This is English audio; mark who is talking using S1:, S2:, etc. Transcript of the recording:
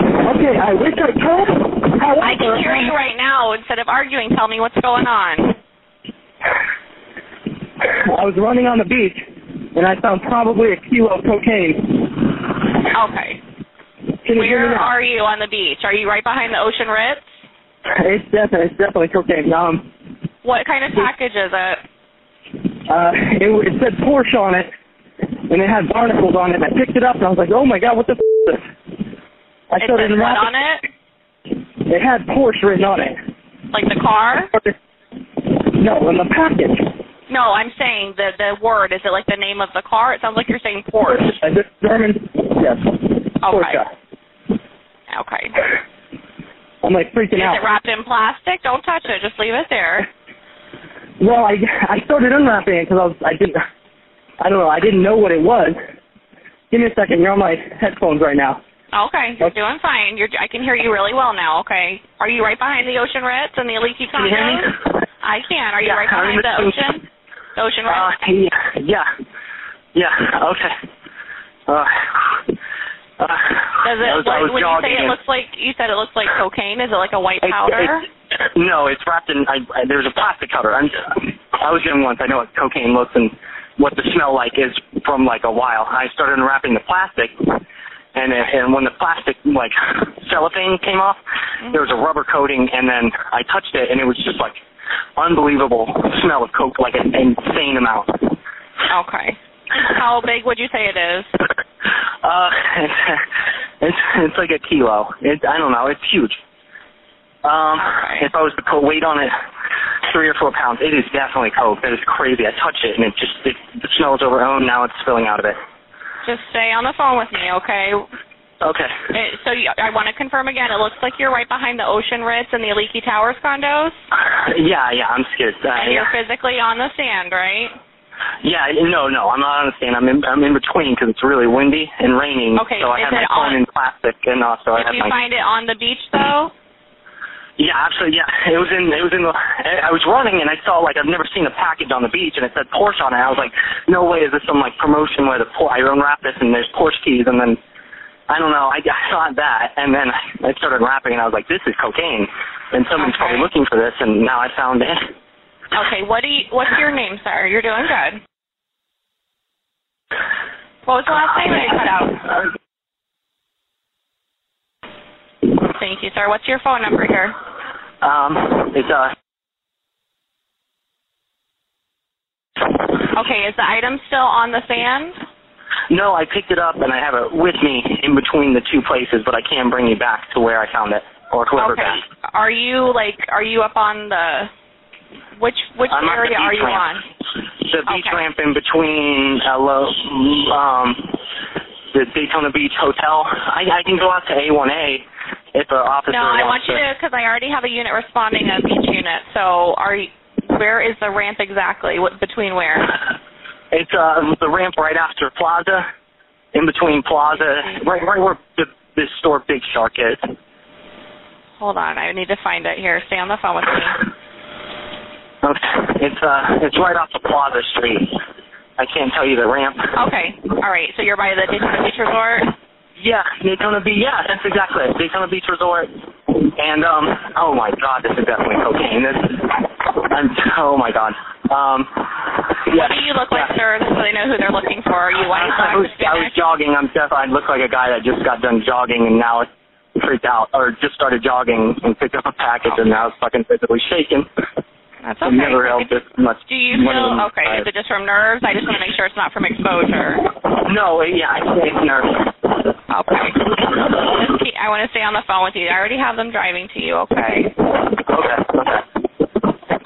S1: Okay, I wish I could. However,
S2: I can hear you right now. Instead of arguing, tell me what's going on.
S1: I was running on the beach, and I found probably a kilo of cocaine.
S2: Okay.
S1: Can you hear
S2: Where
S1: me now?
S2: are you on the beach? Are you right behind the Ocean Ritz?
S1: It's definitely, it's definitely cocaine. Um,
S2: What kind of package is it?
S1: uh, it, it said Porsche on it, and it had barnacles on it. And I picked it up, and I was like, oh my god, what the f is this? I
S2: It
S1: showed
S2: says
S1: it in
S2: what
S1: rapid-
S2: on it?
S1: It had Porsche written on it.
S2: Like the car?
S1: No, in the package.
S2: No, I'm saying the the word. Is it like the name of the car? It sounds like you're saying Porsche.
S1: Uh, this German, yes, Porsche.
S2: Okay.
S1: I'm like freaking
S2: Is
S1: out.
S2: it wrapped in plastic? Don't touch it. Just leave it there.
S1: Well, I I started unwrapping it because I was I didn't I don't know I didn't know what it was. Give me a second. You're on my headphones right now.
S2: Okay, you're
S1: Okay.
S2: doing fine. You're I can hear you really well now. Okay. Are you right behind the Ocean Ritz and the Leaky
S1: Can you hear me?
S2: Condos? I can. Are you right behind the ocean? The Ocean
S1: Uh,
S2: Ritz?
S1: yeah, yeah, yeah. Okay. Uh, uh,
S2: Does it
S1: I was, I was
S2: like when you
S1: jogging
S2: say it
S1: and-
S2: looks like you said it looks like cocaine? Is it like a white
S1: It-
S2: powder?
S1: it- no, it's wrapped in. I, I, there's a plastic cover. I'm, I was in once. I know what cocaine looks and what the smell like is from like a while. I started unwrapping the plastic, and it, and when the plastic like cellophane came off,
S2: Mm-hmm.
S1: there was a rubber coating, and then I touched it, and it was just like unbelievable smell of coke, like an insane amount.
S2: Okay. How big would you say it is?
S1: Uh, it's it's like a kilo. It, I don't know. It's huge. Um,
S2: Okay.
S1: if I was to put weight on it, three or four pounds. It is definitely coke. That is crazy. I touch it and it just it, it smells overgrown. Now it's spilling out of it.
S2: Just stay on the phone with me, okay?
S1: Okay.
S2: It, Eh, so you, I want to confirm again. It looks like you're right behind the Ocean Ritz and the Leaky Towers condos,
S1: Yeah, yeah. I'm scared. Uh,
S2: and
S1: yeah.
S2: you're physically on the sand, right?
S1: yeah. No, no. I'm not on the stand. I'm in I'm in between because it's really windy and raining.
S2: Okay,
S1: So I have
S2: is
S1: my
S2: it
S1: phone
S2: on-
S1: in plastic and also I
S2: Did
S1: have
S2: you
S1: my
S2: find it on the beach though?
S1: Yeah, absolutely. Yeah, it was in. It was in the. I I was running and I saw like I've never seen a package on the beach and it said Porsche on it. I was like, no way is this some like promotion where the Por- I unwrap this and there's Porsche keys and then I don't know. I, I saw that and then I started rapping and I was like, this is cocaine and someone's probably
S2: Okay.
S1: looking for this and now I found it.
S2: Okay. What do you, What's your name, sir? You're doing good. What was the last name that you cut out?
S1: Uh,
S2: Thank you, sir. What's your phone number here?
S1: Um, it's uh. uh,
S2: Okay. Is the item still on the sand?
S1: No, I picked it up and I have it with me in between the two places, but I can't bring you back to where I found it or whoever
S2: Okay.
S1: back.
S2: Are you like? Are you up on the? Which which
S1: I'm on the
S2: area are
S1: beach
S2: you on?
S1: ramp. the beach
S2: Okay.
S1: ramp in between uh, LO, um, the Daytona Beach Hotel. I, I can go out to A1A if an officer
S2: No, I want
S1: wants
S2: you to because I already have a unit responding, a beach unit. So are you? Where is the ramp exactly? What between where?
S1: It's uh, the ramp right after Plaza, in between Plaza, right, right where the, the store Big Shark is.
S2: Hold on, I need to find it here. Stay on the phone with me.
S1: Okay. It's uh, it's right off the Plaza Street. I can't tell you the ramp.
S2: Okay, all right. So you're by the Daytona Beach Resort.
S1: Yeah, Daytona Beach. Yeah, that's exactly it. Daytona Beach Resort. And um, oh my God, this is definitely cocaine. This, I'm, oh my God. Um, yeah.
S2: What do you look like,
S1: yeah.
S2: sir? So they know who they're looking for. Are you white, black,
S1: I was, I was
S2: Hispanic?
S1: jogging. I'm def- I look like a guy that just got done jogging and now it's freaked out, or just started jogging and picked up a package and now it's fucking physically shaking.
S2: That's
S1: I've
S2: okay.
S1: never held this much.
S2: Do you feel
S1: one of them.
S2: okay? Is it just from nerves? I just want to make sure it's not from exposure.
S1: No, yeah, I think it's nervous.
S2: Okay. Just keep, I want to stay on the phone with you. I already have them driving to you. Okay.
S1: Okay, okay.